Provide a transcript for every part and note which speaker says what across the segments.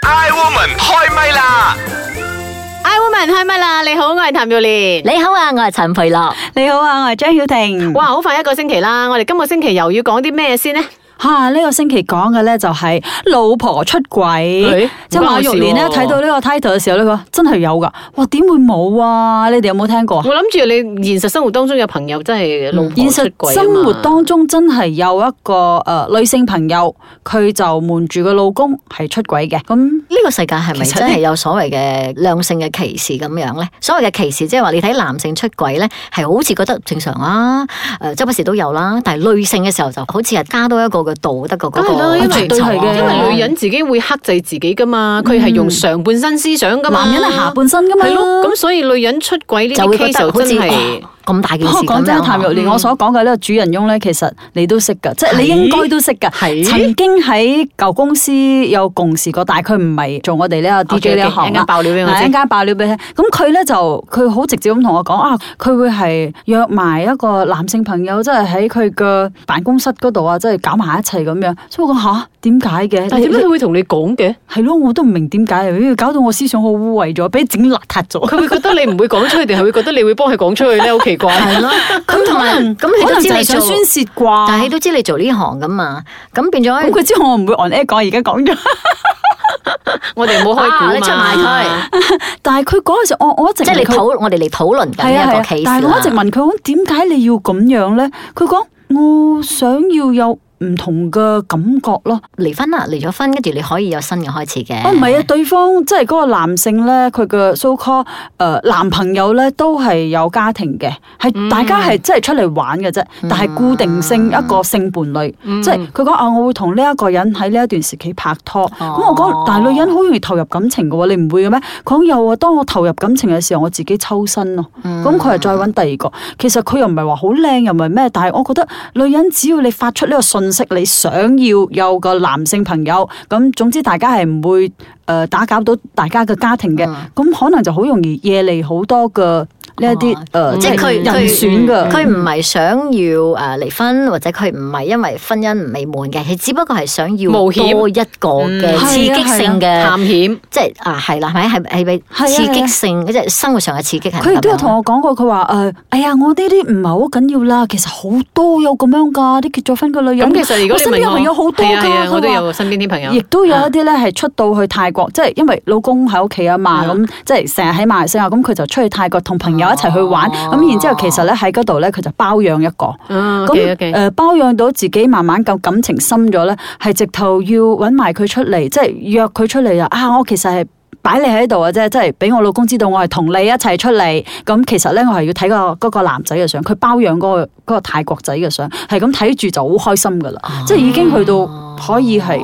Speaker 1: Iwoman 開唛啦！
Speaker 2: I woman 開唛啦！你好，我係譚耀
Speaker 3: 嗯
Speaker 2: 蓮。
Speaker 4: 你好啊，我係陳培樂。
Speaker 3: 你好啊，我係張曉婷。
Speaker 2: 哇，好快一個星期啦！我哋今個星期又要講啲咩先呢？
Speaker 3: 吓呢、個星期講嘅咧就係老婆出
Speaker 2: 誒
Speaker 3: 軌，即係馬玉蓮咧
Speaker 2: 唔關我事喎
Speaker 3: 睇到呢個 title 嘅時候咧，佢話真係有噶，哇點會冇啊？你哋有冇聽過啊？
Speaker 2: 我諗住你現實生活當中有朋友真係老婆
Speaker 3: 嗯現
Speaker 2: 出軌
Speaker 3: 實
Speaker 2: 啊
Speaker 3: 生活
Speaker 2: 嘛
Speaker 3: 當中真係有一個诶、呃女性朋友，佢就瞞住個老公係出軌嘅，咁
Speaker 4: 呢個世界係咪
Speaker 3: 其實
Speaker 4: 真係有所謂嘅兩性嘅歧視咁樣咧？所謂嘅歧視，即係話你睇男性出軌咧，係好似覺得正常啦，誒周不時都有啦。但係女性嘅時候就好似係加多一個嘅道德嘅嗰
Speaker 2: 梗係啦
Speaker 4: 個啊
Speaker 2: 因為
Speaker 4: 範疇
Speaker 3: 絕對係嘅嗯
Speaker 2: 因為女人自己會克制自己噶嘛，佢係用上半身思想噶嘛，
Speaker 3: 男人係下半身噶嘛。
Speaker 2: 啊係咯，咁所以女人出軌呢
Speaker 4: 就
Speaker 2: 啲
Speaker 4: 會覺
Speaker 2: case
Speaker 4: 得
Speaker 2: 就
Speaker 4: 好
Speaker 2: 真
Speaker 4: 似
Speaker 2: 係
Speaker 4: 哦。咁大件
Speaker 3: 不
Speaker 4: 事
Speaker 3: 過講
Speaker 4: 咁
Speaker 3: 真，
Speaker 4: 樣啊
Speaker 3: 譚
Speaker 4: 呵。
Speaker 3: 玉 蓮，我所講嘅呢個主人翁咧，其實你都識㗎，即係你
Speaker 2: 係
Speaker 3: 應該都識㗎。
Speaker 2: 係
Speaker 3: 曾經喺舊公司有共事過，但係佢唔係做我哋呢個 DJ 呢一行啦。
Speaker 2: 爆料俾我
Speaker 3: 哦嗱，一
Speaker 2: 知。
Speaker 3: 間爆料俾你聽，咁佢咧就佢好直接咁同我講啊，佢會係約埋一個男性朋友，即係喺佢嘅辦公室嗰度啊，即係搞埋一齊咁樣。所以我講吓點解嘅？
Speaker 2: 但係點解佢會同你講嘅？
Speaker 3: 係咯，我都唔明點解，咦搞到我思想好污穢咗，俾整邋遢咗。
Speaker 2: 佢會覺得你唔會講出去，定係會覺得你會幫佢講出去咧？好奇怪。
Speaker 4: 係咯，咁同埋咁你
Speaker 3: 可
Speaker 4: 都
Speaker 3: 能
Speaker 4: 知
Speaker 3: 就
Speaker 4: 你
Speaker 3: 係想
Speaker 4: 做，
Speaker 3: 宣泄啩。
Speaker 4: 但係你都知你做呢行噶嘛，咁變咗
Speaker 3: 咁佢知我唔會 on air 講，而家講咗。
Speaker 2: 我哋唔好開估
Speaker 4: 啊
Speaker 2: 嘛
Speaker 4: 你出埋佢，
Speaker 3: 但係佢嗰陣時，我我一直
Speaker 4: 即係
Speaker 3: 問
Speaker 4: 你
Speaker 3: 佢
Speaker 4: 討我哋嚟討論緊
Speaker 3: 係
Speaker 4: 呢一
Speaker 3: 啊係
Speaker 4: 個
Speaker 3: 啊
Speaker 4: case 啦。
Speaker 3: 但係我一直問佢講點解你要咁樣咧？佢講我想要有唔同嘅感覺咯。
Speaker 4: 離婚啊啦，離咗婚，跟住你可以有新嘅開始嘅。
Speaker 3: 哦，唔係啊，對方即係嗰個男性咧，佢嘅 so call 誒、男朋友咧都係有家庭嘅，係、
Speaker 4: 嗯
Speaker 3: 大家係即係出嚟玩嘅啫，但係固定性一個性伴侶，
Speaker 4: 嗯
Speaker 3: 即係佢講啊，我會同呢一個人喺呢一段時期拍
Speaker 4: 哦
Speaker 3: 拖。咁、我講，但係女人好容易投入感情嘅喎，你唔會嘅咩？佢講有啊，當我投入感情嘅時候，我自己抽身咯。
Speaker 4: 嗯
Speaker 3: 咁佢又再揾第二個，其實佢又唔係話好靚，又唔係咩，但係我覺得女人只要你發出呢個信息，你想要有個男性朋友，咁總之大家係唔會誒、呃打攪到大家嘅家庭嘅，
Speaker 4: 嗯
Speaker 3: 咁、可能就好容易惹嚟好多嘅呢一啲
Speaker 4: 哦
Speaker 3: 誒，
Speaker 4: 即係佢
Speaker 3: 人選
Speaker 4: 佢
Speaker 3: 嘅。
Speaker 2: 嗯
Speaker 4: 佢唔係想要誒離婚，或者佢唔係因為婚姻唔美滿嘅，佢只不過係想要
Speaker 2: 冒險
Speaker 4: 多一個嘅
Speaker 2: 嗯
Speaker 4: 刺激性嘅
Speaker 3: 呃
Speaker 2: 探，險。
Speaker 4: 即係啊係啦，係咪係係
Speaker 3: 係
Speaker 4: 咪
Speaker 3: 啊
Speaker 4: 刺激性即係生活上嘅刺激係咪
Speaker 3: 佢亦都有
Speaker 4: 咁樣
Speaker 3: 同我講過，佢話誒，哎呀，我呢啲唔係好緊要啦，其實好多有咁樣㗎，啲結咗婚嘅女人。
Speaker 2: 咁其實如果
Speaker 3: 我
Speaker 2: 你
Speaker 3: 身
Speaker 2: 問
Speaker 3: 邊有
Speaker 2: 我，
Speaker 3: 朋友好多
Speaker 2: 係啊係
Speaker 3: 㗎，
Speaker 2: 啊，我都
Speaker 3: 佢話
Speaker 2: 有身邊啲朋友
Speaker 3: 亦。都有一啲咧係出到去泰國，即係因為老公喺屋企啊嘛，
Speaker 2: 嗯
Speaker 3: 咁即係成日喺馬來西亞，咁佢就出去泰國同朋友一齊去玩，
Speaker 4: 哦
Speaker 3: 咁然之後其實咧喺嗰度咧佢就包養一個。
Speaker 2: 嗯
Speaker 3: 咁呃
Speaker 2: ，OK
Speaker 3: 誒
Speaker 2: OK。
Speaker 3: 包養到自己慢慢夠感情深咗咧，係直頭要揾埋佢出嚟，即係約佢出嚟啊！啊，我其實係擺你喺度嘅啫，即係俾我老公知道我係同你一齊出嚟。咁其實咧，我係要睇個嗰個男仔嘅相，佢包養嗰、個嗰、個泰國仔嘅相，係咁睇住就好開心噶啦，即係已經去到可以係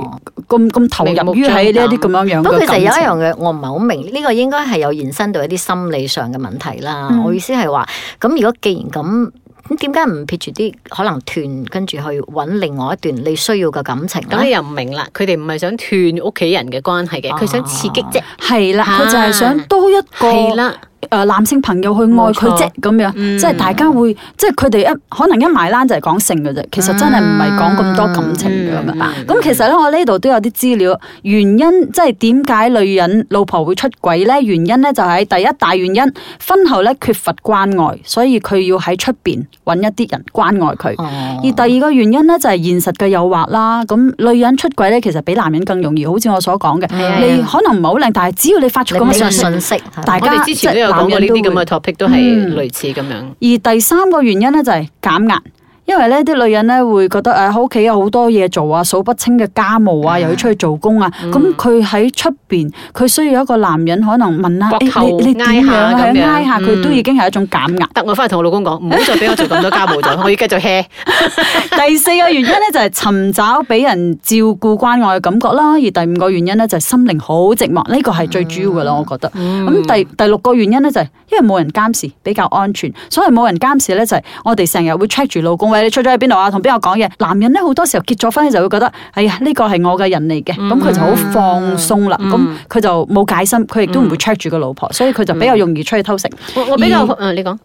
Speaker 3: 咁咁投入於喺呢一啲咁樣樣
Speaker 4: 哦不過
Speaker 3: 嘅
Speaker 4: 其實
Speaker 3: 感
Speaker 4: 有一
Speaker 3: 情。
Speaker 4: 樣嘢我唔係好明，呢、個應該係有延伸到一啲心理上嘅問題啦。
Speaker 3: 嗯
Speaker 4: 我意思係話，咁如果既然咁，咁點解唔撇住啲可能斷，跟住去揾另外一段你需要嘅感情
Speaker 3: 啊
Speaker 2: 咁你
Speaker 4: 咧？
Speaker 2: 又唔明啦，佢哋唔係想斷屋企人嘅關係嘅，佢想刺激啫。
Speaker 3: 係啦，佢就係想
Speaker 2: 啊
Speaker 3: 多一啊個
Speaker 2: 係啦，嗯
Speaker 3: 誒男性朋友去愛佢啫，咁樣，即係大家會，即係佢哋一可能一埋單就係講性嘅啫，其實真係唔係講咁多感情嘅咁樣。
Speaker 2: 嗯
Speaker 3: 咁其實咧，我呢度都有啲資料，原因即係點解女人老婆會出軌咧？原因咧就係第一大原因，婚後咧缺乏關愛，所以佢要喺出邊揾一啲人關愛佢。
Speaker 2: 啊
Speaker 4: 哦
Speaker 3: 而第二個原因咧就係現實嘅誘惑啦，咁女人出軌咧其實比男人更容易，好似我所講嘅，
Speaker 4: 係啊
Speaker 3: 你可能唔係好靚，但係只要你發出
Speaker 4: 你
Speaker 3: 咁嘅
Speaker 4: 俾
Speaker 3: 信
Speaker 4: 個
Speaker 3: 息，
Speaker 4: 信息，
Speaker 3: 大
Speaker 2: 我
Speaker 3: 家
Speaker 2: 哋之前都有講過呢啲咁嘅 topic，都係
Speaker 3: 嗯
Speaker 2: 類似咁樣。
Speaker 3: 而第三個原因咧就係減壓，因為咧啲女人咧會覺得誒喺屋企有好多嘢做啊，數不清嘅家務啊，又要出去做工啊，
Speaker 2: 嗯
Speaker 3: 咁佢喺出邊佢需要一個男人可能問啦，
Speaker 2: 膊
Speaker 3: 誒
Speaker 2: 頭
Speaker 3: 你你點
Speaker 2: 挨
Speaker 3: 樣
Speaker 2: 下
Speaker 3: 啊？
Speaker 2: 咁樣
Speaker 3: 係啊挨下佢都
Speaker 2: 嗯
Speaker 3: 已經係一種減壓。
Speaker 2: 得我翻去同我老公講，唔好再俾我做咁多家務 咗，我要繼續 hea。
Speaker 3: 第四個原因咧就係尋找俾人照顧關愛嘅感覺啦，而第五個原因咧就係心靈好寂寞，呢個係最主要噶啦，我覺得。
Speaker 2: 嗯
Speaker 3: 嗯咁第第六個原因咧就係因為冇人監視比較安全，所謂冇人監視咧就係我哋成日會 check 住老公，喂你出咗去邊度啊，同邊個講嘢。男人咧好多時候結咗婚就會覺得，哎呀呢個係我嘅人嚟嘅，咁佢就好放鬆啦，咁佢就冇戒心，佢亦都唔會 check 住個老婆，所以佢就比較容易出去偷食。
Speaker 2: 呃我我比較誒，你講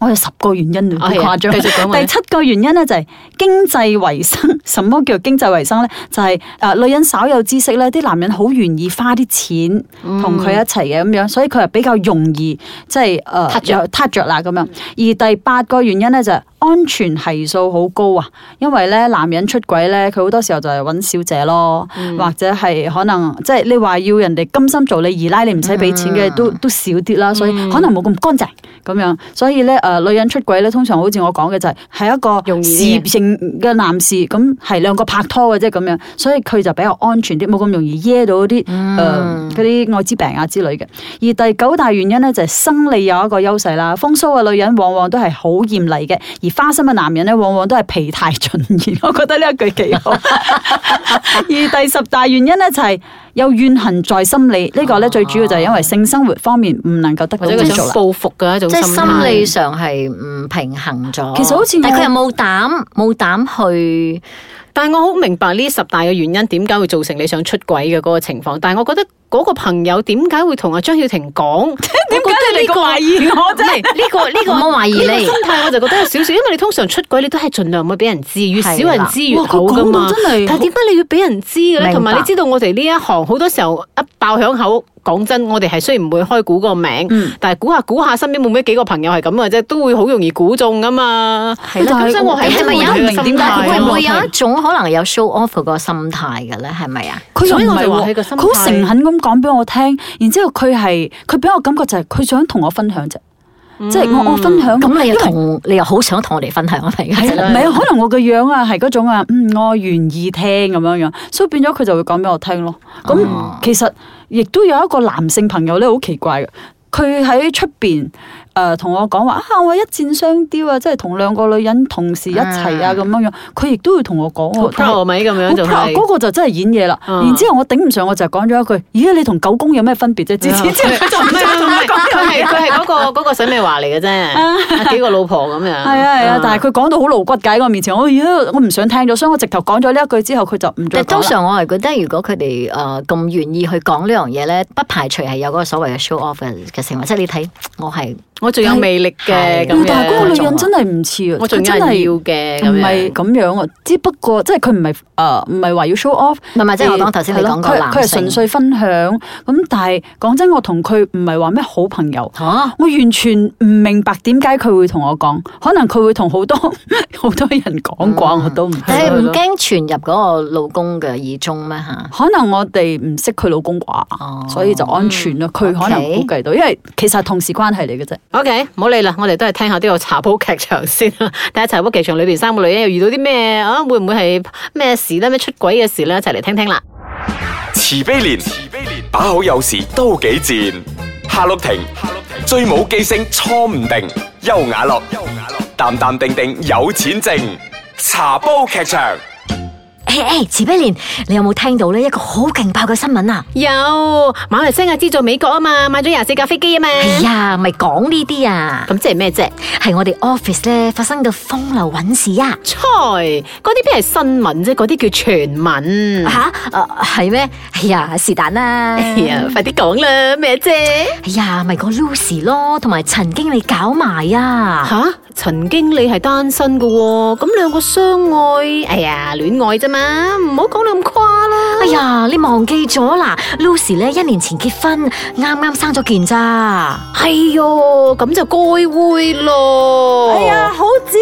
Speaker 3: 我有十個原因啊，好
Speaker 2: 係啊
Speaker 3: 誇張。
Speaker 2: 繼續講埋
Speaker 3: 第七個原因咧就係經濟維生。 什麼叫經濟維生咧？就係、呃女人稍有知識咧，啲男人好願意花啲錢
Speaker 2: 嗯
Speaker 3: 同佢一齊嘅咁樣，所以佢係比較容易即係誒
Speaker 2: 撻着
Speaker 3: 撻着啦咁樣。而第八個原因咧就係、安全係數好高啊，因為咧男人出軌咧，佢好多時候就係揾小姐咯，
Speaker 2: 嗯
Speaker 3: 或者係可能即係你話要人哋甘心做你二奶，你唔使俾錢
Speaker 2: 嗯
Speaker 3: 嘅、都都少啲啦，所以可能冇咁乾淨咁樣。所以咧誒、呃女人出軌咧，通常好似我講嘅就係、係一
Speaker 2: 容
Speaker 3: 個
Speaker 2: 易
Speaker 3: 事
Speaker 2: 啲嘅
Speaker 3: 業性嘅男士，咁係兩個拍拖嘅啫咁樣，所以佢就比較安全啲，冇咁容易惹到啲
Speaker 2: 嗯
Speaker 3: 誒嗰啲愛滋病啊之類嘅。而第九大原因咧就係、生理有一個優勢啦，風騷嘅女人往往都係好豔麗嘅，而花心嘅男人咧往往都係疲態盡現。 我覺得呢一句幾 好。而第十大原因咧就係、有怨恨在心理，呢、個咧最主要就係因為性生活方面唔能夠得
Speaker 2: 或
Speaker 3: 到
Speaker 2: 者
Speaker 3: 滿
Speaker 2: 佢
Speaker 3: 足
Speaker 2: 想
Speaker 3: 啦。
Speaker 2: 報復嘅一種
Speaker 4: 即係
Speaker 2: 心
Speaker 4: 心
Speaker 2: 態
Speaker 4: 理。上係唔平衡咗。
Speaker 3: 其實好似我
Speaker 4: 但佢又冇膽冇膽去，
Speaker 2: 但係我好明白呢十大嘅原因點解會造成你想出軌嘅嗰個情況，但係我覺得嗰個朋友點解會同阿張曉婷 講？點
Speaker 3: 你咁懷疑我 啫
Speaker 2: 唔係呢個呢
Speaker 4: 唔
Speaker 2: 個
Speaker 4: 好懷疑
Speaker 2: 呢個
Speaker 4: 你
Speaker 2: 心。態我就覺得有少少，因為你通常出軌你都係盡量唔會俾人知，越少人知越好噶
Speaker 3: 哇佢講
Speaker 2: 嘛
Speaker 3: 到。真係
Speaker 2: 但係點解你要俾人知嘅
Speaker 4: 明白
Speaker 2: 咧？同埋你知道我哋呢一行好多時候一爆響口。講真，我哋係雖然唔會開估個名，
Speaker 3: 嗯
Speaker 2: 但係估下估下，身邊冇咩幾個朋友係咁嘅啫，都會好容易估中噶嘛。
Speaker 3: 係啦
Speaker 2: 咁所以我係
Speaker 3: 你
Speaker 4: 係咪有
Speaker 2: 真係會
Speaker 3: 點
Speaker 2: 呢個
Speaker 3: 解
Speaker 2: 心態
Speaker 4: 會
Speaker 3: 佢
Speaker 4: 唔
Speaker 2: 咯
Speaker 4: 會有一種可能有 show off 嗰個心態嘅咧？係咪啊？
Speaker 3: 佢又
Speaker 2: 所以
Speaker 3: 唔
Speaker 2: 我
Speaker 3: 係
Speaker 2: 就話
Speaker 3: 喎
Speaker 2: 佢個心
Speaker 3: 佢好誠
Speaker 2: 態
Speaker 3: 懇咁講俾我聽，然之後佢係佢俾我感覺就係佢想同我分享啫，即係我我分享
Speaker 4: 咁你又
Speaker 3: 因為
Speaker 4: 同你又好想同我哋分享啊？係
Speaker 3: 係啦，唔
Speaker 4: 咪？
Speaker 3: 係啊可能我嘅樣啊係嗰種啊，嗯，我願意聽咁樣樣，所以變咗佢就會講俾我聽咯。咁
Speaker 4: 哦
Speaker 3: 其實亦都有一個男性朋友咧，好奇怪嘅。佢喺出邊誒同我講話啊，我一箭雙雕啊，即係同兩個女人同時一齊啊
Speaker 4: 嗯
Speaker 3: 咁樣樣，佢亦都要同我講
Speaker 2: 好
Speaker 3: 喎。但係
Speaker 2: proud 啊咪咁樣
Speaker 3: 好
Speaker 2: 就
Speaker 3: proud，
Speaker 2: 係
Speaker 3: 嗰個就真係演嘢啦。
Speaker 2: 嗯
Speaker 3: 然之後我頂唔上，我就講咗一句：咦，你同狗公有咩分別 啫？之前之後佢就唔想同我講
Speaker 2: 佢係佢係嗰個嗰個洗美華嚟嘅啫，幾個老婆咁樣。
Speaker 3: 係啊係啊，但係佢講到好露骨嘅喺我面前，我而家我唔想聽咗，所以我直頭講咗呢一句之後，佢就唔再
Speaker 4: 但
Speaker 3: 講
Speaker 4: 通
Speaker 3: 啦。
Speaker 4: 常我係覺得，如果佢哋誒咁願意去講呢樣嘢咧，不排除係有嗰個所謂嘅 show off 嘅嘅成分。即係你睇我係
Speaker 2: 我仲有魅力嘅
Speaker 4: 係
Speaker 2: 咁樣。
Speaker 3: 但係嗰個女人真係唔似啊，
Speaker 2: 我仲
Speaker 3: 佢
Speaker 2: 有
Speaker 3: 真
Speaker 2: 人
Speaker 3: 係
Speaker 2: 要
Speaker 3: 唔
Speaker 2: 嘅咁
Speaker 3: 係
Speaker 2: 樣。
Speaker 3: 咁樣啊，只不過即係佢唔係誒唔係話要 show off，
Speaker 4: 唔係啊唔係即係我講頭先你
Speaker 3: 係咯
Speaker 4: 講個
Speaker 3: 佢
Speaker 4: 男
Speaker 3: 佢係
Speaker 4: 性
Speaker 3: 純粹分享咁，但係講真，我同佢唔係話咩好朋友。
Speaker 4: 嚇
Speaker 3: 我完全唔明白點解佢會同我講，可能佢會同好多 好多人講啩，我都唔知。
Speaker 4: 但嗯係唔驚傳入嗰個老公嘅耳中咩嚇？
Speaker 3: 可能我哋唔識佢老公
Speaker 4: 哦
Speaker 3: 啩，所以就安全咯。佢可能
Speaker 4: OK
Speaker 3: 估計到，因為其實係同事關係嚟嘅啫。
Speaker 2: OK，唔好理啦，我哋都係聽下呢個茶煲劇場先啦。 睇下茶煲劇場裏邊三個女人又遇到啲咩啊？會唔會係咩事咧？咩出軌嘅事咧？一齊嚟聽聽啦。
Speaker 1: 慈悲蓮，慈悲蓮，把口有時都幾賤。夏綠庭，夏綠庭，最冇記性錯唔定。優雅樂，優雅樂，淡淡定定有錢剩。茶煲劇場，
Speaker 4: 誒誒，慈悲蓮，你有冇聽到呢一個好勁爆嘅新聞啊？
Speaker 2: 有馬來西亞資助美國啊嘛，買咗廿四架飛機啊嘛。
Speaker 4: 哎呀，咪講呢啲啊！
Speaker 2: 咁即係咩啫？
Speaker 4: 係我哋 office 咧發生嘅風流韻事啊！
Speaker 2: 菜嗰啲邊係新聞啫，嗰啲叫傳聞。
Speaker 4: 吓，誒係咩？哎呀，是但 啦。
Speaker 2: 哎呀，快啲講啦，咩啫？
Speaker 4: 哎呀，咪個 Lucy 咯，同埋陳經理搞埋啊！
Speaker 2: 吓，陳經理係單身噶喎，咁兩個相愛，哎呀，戀愛啫嘛，唔好講到咁誇啦。
Speaker 4: 哎呀，你忘記咗啦？Lucy 咧一年前結婚，啱啱生咗件咋。
Speaker 2: 哎喲，咁就該會咯。
Speaker 4: 哦
Speaker 3: 哎呀，，好姊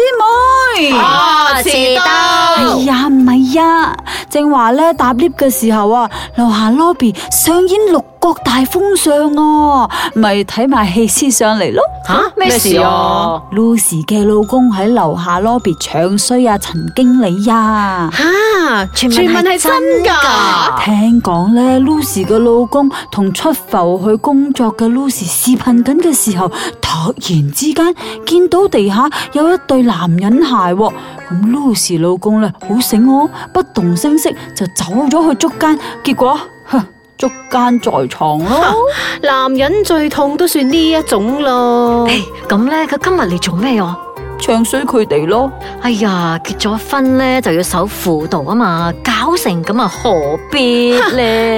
Speaker 3: 妹！
Speaker 2: 啊，遲
Speaker 3: 哎
Speaker 2: 到。
Speaker 3: 呀，唔係啊，正話咧搭 lift 嘅時候啊，樓下 lobby 上演六國大封相啊，咪睇埋戲先上嚟咯。
Speaker 2: 吓
Speaker 4: 咩事啊？
Speaker 3: Lucy 嘅老公喺樓下 lobby 唱衰啊陳經理啊呀、
Speaker 2: 吓，傳聞係真噶。
Speaker 3: 聽講咧，Lucy 嘅老公同出埠去工作嘅 Lucy 視頻緊嘅時候，突然之間見到地下有一對男人鞋喎，咁 Lucy 老公咧好醒哦，不動聲色就走咗去捉奸，結果哼捉奸在床咯。
Speaker 2: 男人最痛都算呢一種咯。
Speaker 4: 咁咧，佢今日嚟做咩哦？
Speaker 3: 唱衰佢哋咯。
Speaker 4: 哎呀，結咗婚咧就要守輔導啊嘛，搞成咁啊何必 咧？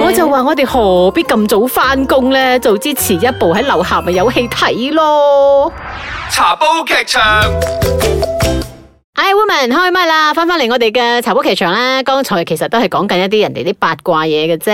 Speaker 2: 我就話我哋何必咁早翻工咧？早知遲一步喺樓下咪有戲睇咯。
Speaker 1: 茶煲劇場。
Speaker 2: I woman 開唛啦，翻翻嚟我哋嘅茶煲劇場啦。剛才其實都係講緊一啲人哋啲八卦嘢嘅啫，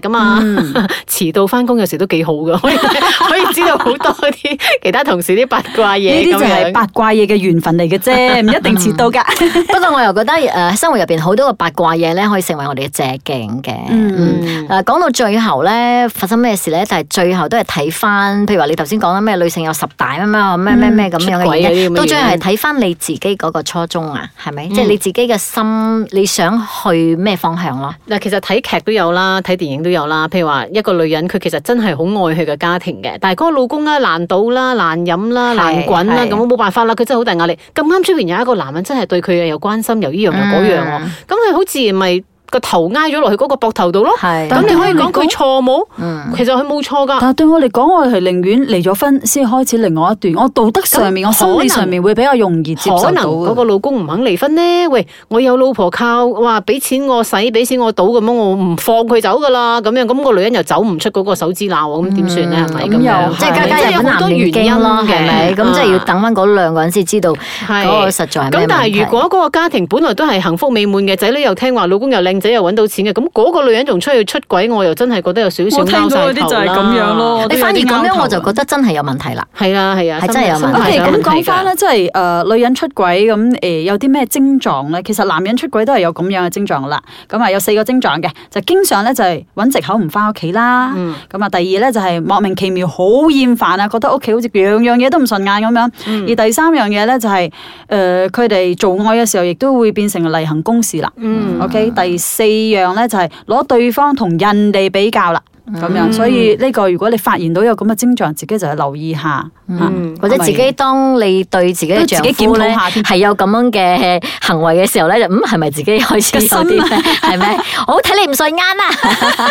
Speaker 2: 咁啊，
Speaker 3: 嗯
Speaker 2: 遲到翻工有時都幾好噶，可以 可以知道好多啲其他同事啲八卦
Speaker 3: 呢
Speaker 2: 嘢
Speaker 3: 啲就
Speaker 2: 咁
Speaker 3: 係
Speaker 2: 樣。
Speaker 3: 八卦嘢嘅緣分嚟嘅啫，唔一定遲到噶。
Speaker 4: 不過我又覺得誒、呃生活入邊好多個八卦嘢咧，可以成為我哋嘅借鏡嘅。嗯，誒、講到最後咧，發生咩事咧？但係最後都係睇翻，譬如話你頭先講啦，咩女性有十大咩咩咩咩咁樣
Speaker 2: 嗯出軌
Speaker 4: 嘅
Speaker 2: 嗰啲
Speaker 4: 原
Speaker 2: 咁
Speaker 4: 因，
Speaker 2: 嘅嗯
Speaker 4: 到最後
Speaker 2: 原
Speaker 4: 係
Speaker 2: 因
Speaker 4: 睇翻你自己嗰個初衷啊，係咪？即係你自己嘅心，你想去咩方向咯？
Speaker 2: 嗱，其實睇劇都有啦，睇電影都有啦。譬如話一個女人，佢其實真係好愛佢嘅家庭嘅，但係嗰個老公啊爛賭啦、爛飲啦、
Speaker 4: 係
Speaker 2: 爛滾啦，
Speaker 4: 係
Speaker 2: 咁冇辦法啦，佢真係好大壓力。咁啱出邊有一個男人真係對佢又關心，又依樣又
Speaker 4: 嗯
Speaker 2: 嗰樣
Speaker 3: 嗯
Speaker 2: 喎，咁佢好自然咪個頭挨咗落去嗰個膊頭度咯。
Speaker 4: 係
Speaker 2: 咁你可以講
Speaker 3: 但係
Speaker 2: 佢錯冇？
Speaker 4: 嗯
Speaker 2: 其實佢冇錯㗎。
Speaker 3: 但係對我嚟講，我係寧願離咗婚先開始另外一段。我道德上面，我
Speaker 2: 咁
Speaker 3: 心理
Speaker 2: 可能
Speaker 3: 上面會比較容易接受
Speaker 2: 可
Speaker 3: 到
Speaker 2: 能嗰個
Speaker 3: 嘅。
Speaker 2: 老公唔肯離婚呢？喂，我有老婆靠，哇，俾錢我使，俾錢我賭咁樣，我唔放佢走噶啦，咁樣咁個女人又走唔出嗰個手指罅喎，咁點算呢？係咪
Speaker 3: 嗯
Speaker 2: 咁樣？
Speaker 3: 又
Speaker 4: 即係家家
Speaker 2: 即係有
Speaker 4: 有本
Speaker 2: 好
Speaker 4: 難
Speaker 2: 多原
Speaker 4: 念
Speaker 2: 因
Speaker 4: 經咯，
Speaker 2: 嘅
Speaker 4: 係咪？咁即係要
Speaker 2: 啊
Speaker 4: 等翻嗰兩個人先知道
Speaker 2: 係
Speaker 4: 嗰個實在係
Speaker 2: 咁
Speaker 4: 咩問題。
Speaker 2: 但係如果嗰個家庭本來都係幸福美滿嘅，仔女又聽話，老公又靚仔又揾到錢嘅，咁嗰個女人仲出去出軌，我又真係覺得有少少
Speaker 3: 我聽
Speaker 2: 拗
Speaker 3: 到
Speaker 2: 晒
Speaker 3: 嗰啲
Speaker 2: 頭
Speaker 3: 就係
Speaker 2: 啦
Speaker 3: 咁樣咯
Speaker 4: 你反而咁樣，我就覺得真係有問題啦。
Speaker 2: 係啦係啊，
Speaker 4: 係真係有
Speaker 2: 心態
Speaker 4: 問題
Speaker 3: O.K.
Speaker 2: 上
Speaker 3: 咁
Speaker 2: 問題
Speaker 3: 講
Speaker 2: 㗎
Speaker 3: 翻咧，即係誒、呃女人出軌咁誒、呃有啲咩症狀咧？其實男人出軌都係有咁樣嘅症狀啦。咁啊有四個症狀嘅，就經常咧就係揾藉口唔翻屋企啦。
Speaker 2: 嗯
Speaker 3: 咁啊、第二咧就係、莫名其妙好厭煩啊，覺得屋企好似樣樣嘢都唔順眼咁樣。
Speaker 2: 嗯
Speaker 3: 而第三樣嘢咧就係誒佢哋做愛嘅時候，亦都會變成例行公事啦。
Speaker 2: 嗯
Speaker 3: OK，第四樣咧就係攞對方同人哋比較啦，咁
Speaker 2: 嗯
Speaker 3: 樣，所以呢個如果你發現到有咁嘅徵象，自己就去留意下，
Speaker 4: 嗯
Speaker 3: 啊
Speaker 4: 或者自己當你對自己嘅丈夫
Speaker 3: 都自己檢討
Speaker 4: 咧
Speaker 3: 下添
Speaker 4: 係有咁樣嘅行為嘅時候咧，就嗯係咪自己開始有啲咩係咪？我好睇你唔順眼 啊！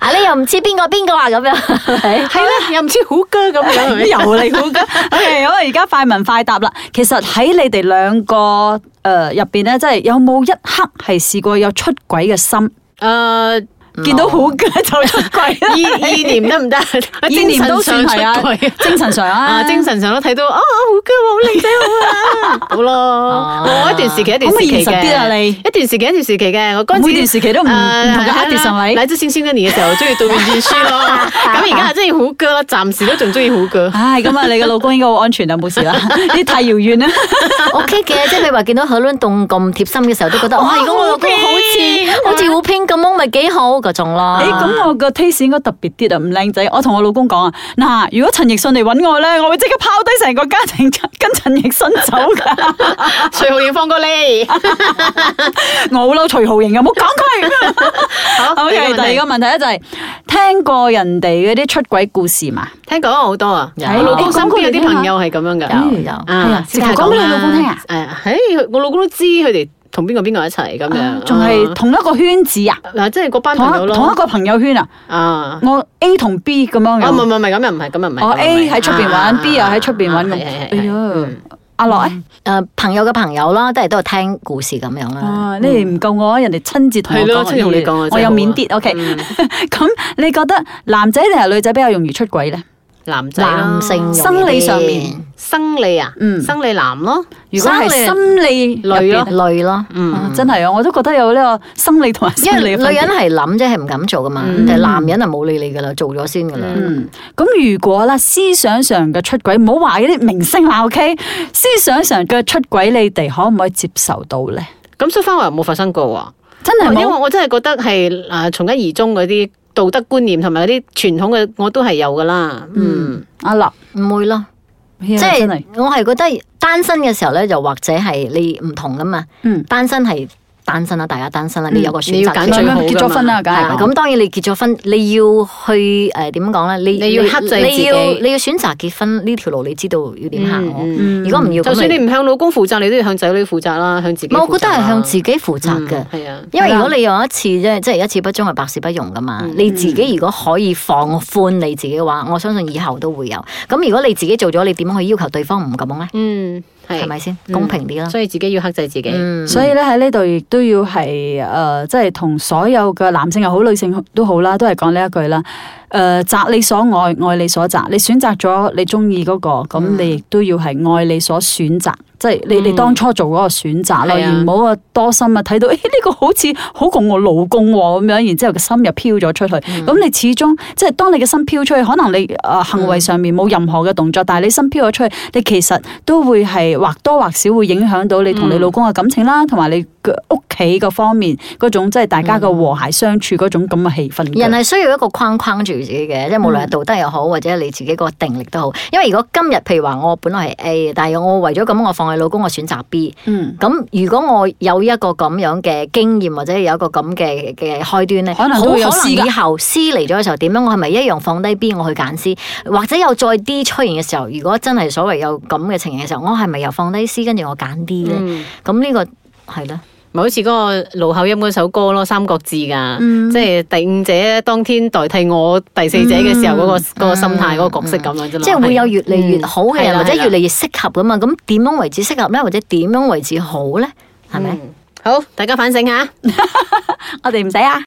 Speaker 4: 啊你又唔知邊個邊個啊咁樣係咪，
Speaker 2: 係啦，又唔知好㗎咁樣 係咪。
Speaker 3: 由你估嘅。OK，好，而家快問快答啦。其實喺你哋兩個誒入邊咧，即係有冇一刻係試過有出軌嘅心，
Speaker 2: 誒。
Speaker 3: 見到好嘅 就出軌啦？
Speaker 2: 意意念得唔得？
Speaker 3: 意念都算係啊
Speaker 2: 精神上出軌，
Speaker 3: 精神上啊，
Speaker 2: 啊，精神上都睇到啊，好嘅喎，好靚仔喎，好咯
Speaker 4: 啊。
Speaker 2: 我一段時期一
Speaker 3: 可
Speaker 2: 段
Speaker 3: 唔可
Speaker 2: 時
Speaker 3: 以
Speaker 2: 期
Speaker 3: 現實啲啊
Speaker 2: 嘅，
Speaker 3: 你
Speaker 2: 一段時期一段時期嘅，我嗰陣時
Speaker 3: 每段時期都唔
Speaker 2: 誒
Speaker 3: 唔同嘅 artist 係咪
Speaker 2: 乃至先先嗰年嘅時候，中意對面戰書咯。咁而家係真係好嘅啦，暫時都仲中意好嘅。
Speaker 3: 唉，咁啊，你嘅老公應該好安全啦，冇事 啦，呢太遙遠啊啦。
Speaker 4: OK 嘅，即係譬如話見到海倫凍咁貼心嘅時候，都覺得哇！如果我老公好似好似好拼咁樣，咪幾好嗰種咯。
Speaker 2: 啊
Speaker 3: 誒，咁我個 taste 應該特別啲啊，唔靚仔。我同我老公講啊，嗱，如果陳奕迅嚟揾我咧，我會即刻拋低成個家庭，跟陳奕迅走 㗎。
Speaker 2: 徐浩然放過你，
Speaker 3: 我好嬲徐浩瑩啊，唔好講佢。
Speaker 2: 好。
Speaker 3: O K，第二個問題咧就係聽過人哋嗰啲出軌故事嘛？
Speaker 2: 聽講好多啊，
Speaker 4: 有
Speaker 2: 我老公
Speaker 3: 你
Speaker 2: 身
Speaker 3: 講過
Speaker 2: 邊有啲
Speaker 3: 嚟聽下
Speaker 2: 朋友係咁樣㗎。
Speaker 4: 有有
Speaker 2: 啊，
Speaker 3: 直頭講俾你老公聽啊？
Speaker 2: 誒，喺我老公都知佢哋同邊個邊個一齊咁樣，
Speaker 3: 仲係
Speaker 2: 啊
Speaker 3: 同一個圈子啊，
Speaker 2: 嗱，即係嗰班
Speaker 3: 同
Speaker 2: 朋友
Speaker 3: 一
Speaker 2: 咯，
Speaker 3: 同一個朋友圈啊。
Speaker 2: 啊。
Speaker 3: 我 A 同 B 咁樣
Speaker 2: 哦，唔係唔
Speaker 3: 樣，
Speaker 2: 係唔係咁又唔係，咁又唔係。
Speaker 3: 我 A 喺出邊玩，B 又喺出邊玩咁。哎
Speaker 2: 咁。
Speaker 3: 呀，阿樂咧，
Speaker 4: 誒朋友嘅朋友啦，都係都係聽故事咁樣啦。
Speaker 3: 啊，你哋唔夠我，人哋親自同我
Speaker 2: 係咯
Speaker 3: 講，
Speaker 2: 親自同你講啊真
Speaker 3: 我
Speaker 2: 係
Speaker 3: 有
Speaker 2: 好啊
Speaker 3: 面跌。O K，
Speaker 2: 嗯
Speaker 3: 咁你覺得男仔定係女仔比較容易出軌咧？
Speaker 2: 男仔啦
Speaker 4: 男性容易啲
Speaker 3: 生理上面
Speaker 2: 生理啊，
Speaker 3: 嗯
Speaker 2: 生理男咯，
Speaker 3: 如果係
Speaker 2: 生理
Speaker 3: 心理入
Speaker 2: 女
Speaker 3: 邊
Speaker 2: 咯
Speaker 3: 啊
Speaker 4: 累咯。
Speaker 3: 啊
Speaker 2: 嗯，
Speaker 3: 真係啊，我都覺得有呢個生理同埋
Speaker 4: 因
Speaker 3: 心理
Speaker 4: 為
Speaker 3: 嘅
Speaker 4: 女
Speaker 3: 分別
Speaker 4: 人係諗啫，係唔敢做噶嘛，
Speaker 2: 嗯
Speaker 4: 但係男人就啊冇理你噶啦，做咗先噶啦。
Speaker 3: 嗯，咁如果啦，思想上嘅出軌，唔好話嗰啲明星啦，OK？思想上嘅出軌，你哋可唔可以接受到咧？
Speaker 2: 咁所以翻我又冇發生過喎，
Speaker 3: 真係
Speaker 2: 因為
Speaker 4: 哦
Speaker 3: 冇，
Speaker 2: 我真係覺得係誒從一而終嗰啲道德觀念同埋嗰啲傳統嘅我都係有噶啦，嗯，
Speaker 3: 阿樂，
Speaker 4: 唔會咯，
Speaker 3: 啊即
Speaker 4: 即
Speaker 3: 係
Speaker 4: 係我係覺得單身嘅時候咧，就或者係你唔同噶嘛。
Speaker 3: 嗯
Speaker 4: 單身係單身啦，大家單身啦，你有個
Speaker 2: 嗯你
Speaker 4: 選
Speaker 2: 要
Speaker 4: 擇
Speaker 2: 揀
Speaker 4: 權
Speaker 2: 最
Speaker 3: 最
Speaker 2: 好
Speaker 3: 好
Speaker 2: 㗎嘛
Speaker 3: 結咗婚啦，梗
Speaker 4: 係啦
Speaker 3: 係
Speaker 4: 咁當然你結咗婚，你要去誒點講咧？你
Speaker 2: 你要克制自己
Speaker 4: 你要你要選擇結婚呢條路，你知道要點行咯。
Speaker 2: 嗯
Speaker 3: 嗯
Speaker 4: 如果唔要，
Speaker 2: 就
Speaker 4: 咁
Speaker 2: 算你
Speaker 4: 咪
Speaker 2: 唔向老公負責，你都要向仔女負責啦，向自己負責
Speaker 4: 唔
Speaker 2: 啦。
Speaker 4: 係我覺得係向自己負責嘅。
Speaker 2: 係啊，
Speaker 4: 因為如
Speaker 3: 係
Speaker 4: 果
Speaker 3: 啦嗯
Speaker 4: 你有一次啫，即係一次不忠係百事不容噶嘛。你自己如果可以放寬你自己嘅話，我相信以後都會有。咁如果你自己做咗，你點去要求對方唔咁樣咧？
Speaker 2: 嗯，係
Speaker 4: 係咪先公平啲啦？
Speaker 2: 所以自己要克制自己。
Speaker 4: 嗯
Speaker 3: 所以咧喺呢度亦都要係诶，呃即係同所有嘅男性又好，女性都好啦，都係講呢一句啦。诶、擇你所愛，愛你所擇。你選擇咗你中意嗰個，咁、你亦都要係愛你所選擇，即係你你當初做嗰個選擇咯，
Speaker 2: 嗯係啊
Speaker 3: 而唔好啊多心啊，睇到诶呢、 個好似好共我老公喎咁樣，然之後個心又飄咗出去。
Speaker 2: 嗯
Speaker 3: 咁、你始終即係當你嘅心飄出去，可能你诶、呃行
Speaker 2: 嗯
Speaker 3: 為上面冇任何嘅動作，但係你心飄咗出去，你其實都會係或多或少會影響到你同你老公嘅感情啦，同埋、你嘅屋企嘅方面嗰種即係大家嘅和諧相處嗰種咁嘅氣氛嘅。
Speaker 4: 人係需要一個框框住自己嘅，即係無論
Speaker 3: 嗯
Speaker 4: 係道德又好，或者你自己個定力都好。因為如果今日譬如話我本來係 A，但係我為咗咁我放棄老公，我選擇 B。
Speaker 3: 嗯，
Speaker 4: 咁如果我有一個咁樣嘅經驗，或者有一個咁嘅嘅開端咧，
Speaker 3: 可能
Speaker 4: 好
Speaker 3: 都會有
Speaker 4: 可能
Speaker 3: C 㗎
Speaker 4: 以後 C 嚟咗嘅時候點樣？我係咪一樣放低 B 我去揀 C？或者有再 D 出現嘅時候，如果真係所謂有咁嘅情形嘅時候，我係咪又放低 C 跟住我揀 D 咧？
Speaker 2: 嗯
Speaker 4: 咁呢、個係啦，
Speaker 2: 咪好似嗰個盧口音嗰首歌咯，《三國志》噶，
Speaker 4: 嗯
Speaker 2: 即係第五者當天代替我第四者嘅時候嗰、個嗰個心態、嗰、個角色咁樣啫咯。
Speaker 4: 嗯即係會有越嚟越好嘅人，
Speaker 2: 嗯
Speaker 4: 或者
Speaker 2: 係啦
Speaker 4: 越嚟越適合噶啊嘛？咁點樣為止適合咧？或者點樣為止好咧？係咪？
Speaker 2: 好，大家反省下。
Speaker 3: 我哋唔使啊。